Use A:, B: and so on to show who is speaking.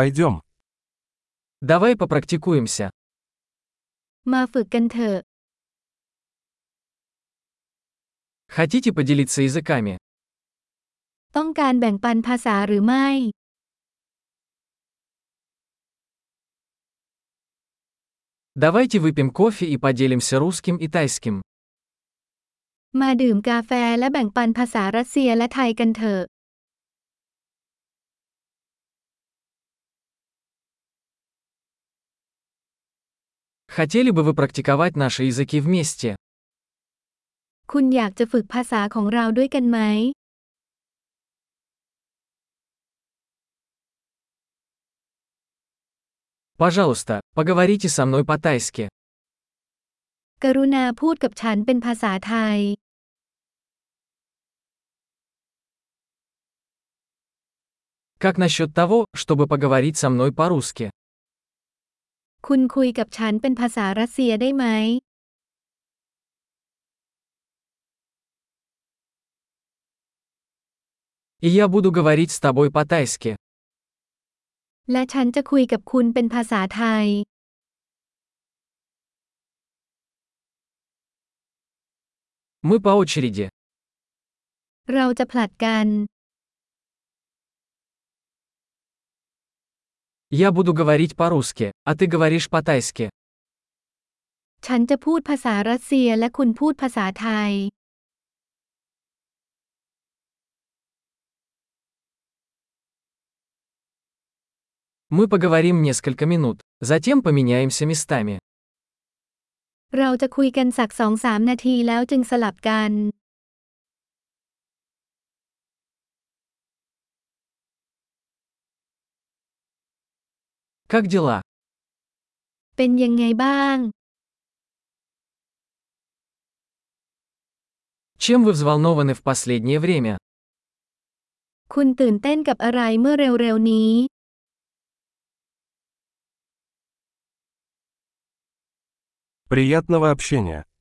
A: Пойдем.
B: Давай попрактикуемся.
C: มาฝึกกันเถอะ
B: Хотите поделиться языками?
C: ต้องการแบ่งปันภาษาหรือไม่
B: Давайте выпьем кофе и поделимся русским и тайским.
C: มาดื่มกาแฟและแบ่งปันภาษารัสเซียและไทยกันเถอะ
B: Хотели бы вы практиковать наши языки вместе?
C: คุณอยากจะฝึกภาษาของเราด้วยกันไหม
B: Пожалуйста, поговорите со мной по-тайски.
C: กรุณาพูดกับฉันเป็นภาษาไทย
B: Как насчет того, чтобы поговорить со мной по-русски?
C: คุณคุยกับฉันเป็นภาษารัสเซียได้ไหม
B: И я буду говорить с тобой по-тайски.
C: และฉันจะคุยกับคุณเป็นภาษาไทย
B: Мы по очереди.
C: เราจะผลัดกัน
B: Я буду говорить по-русски, а ты говоришь по-тайски.
C: ฉันจะพูดภาษารัสเซียและคุณพูดภาษาไทย
B: Мы поговорим несколько минут, затем поменяемся местами.
C: เราจะคุยกันสักสองสามนาทีแล้วจึงสลับกัน
B: Как дела?
C: เป็นยังไงบ้าง
B: Чем вы взволнованы в последнее время?
C: คุณตื่นเต้นกับอะไรเมื่อเร็วๆนี้
A: Приятного общения.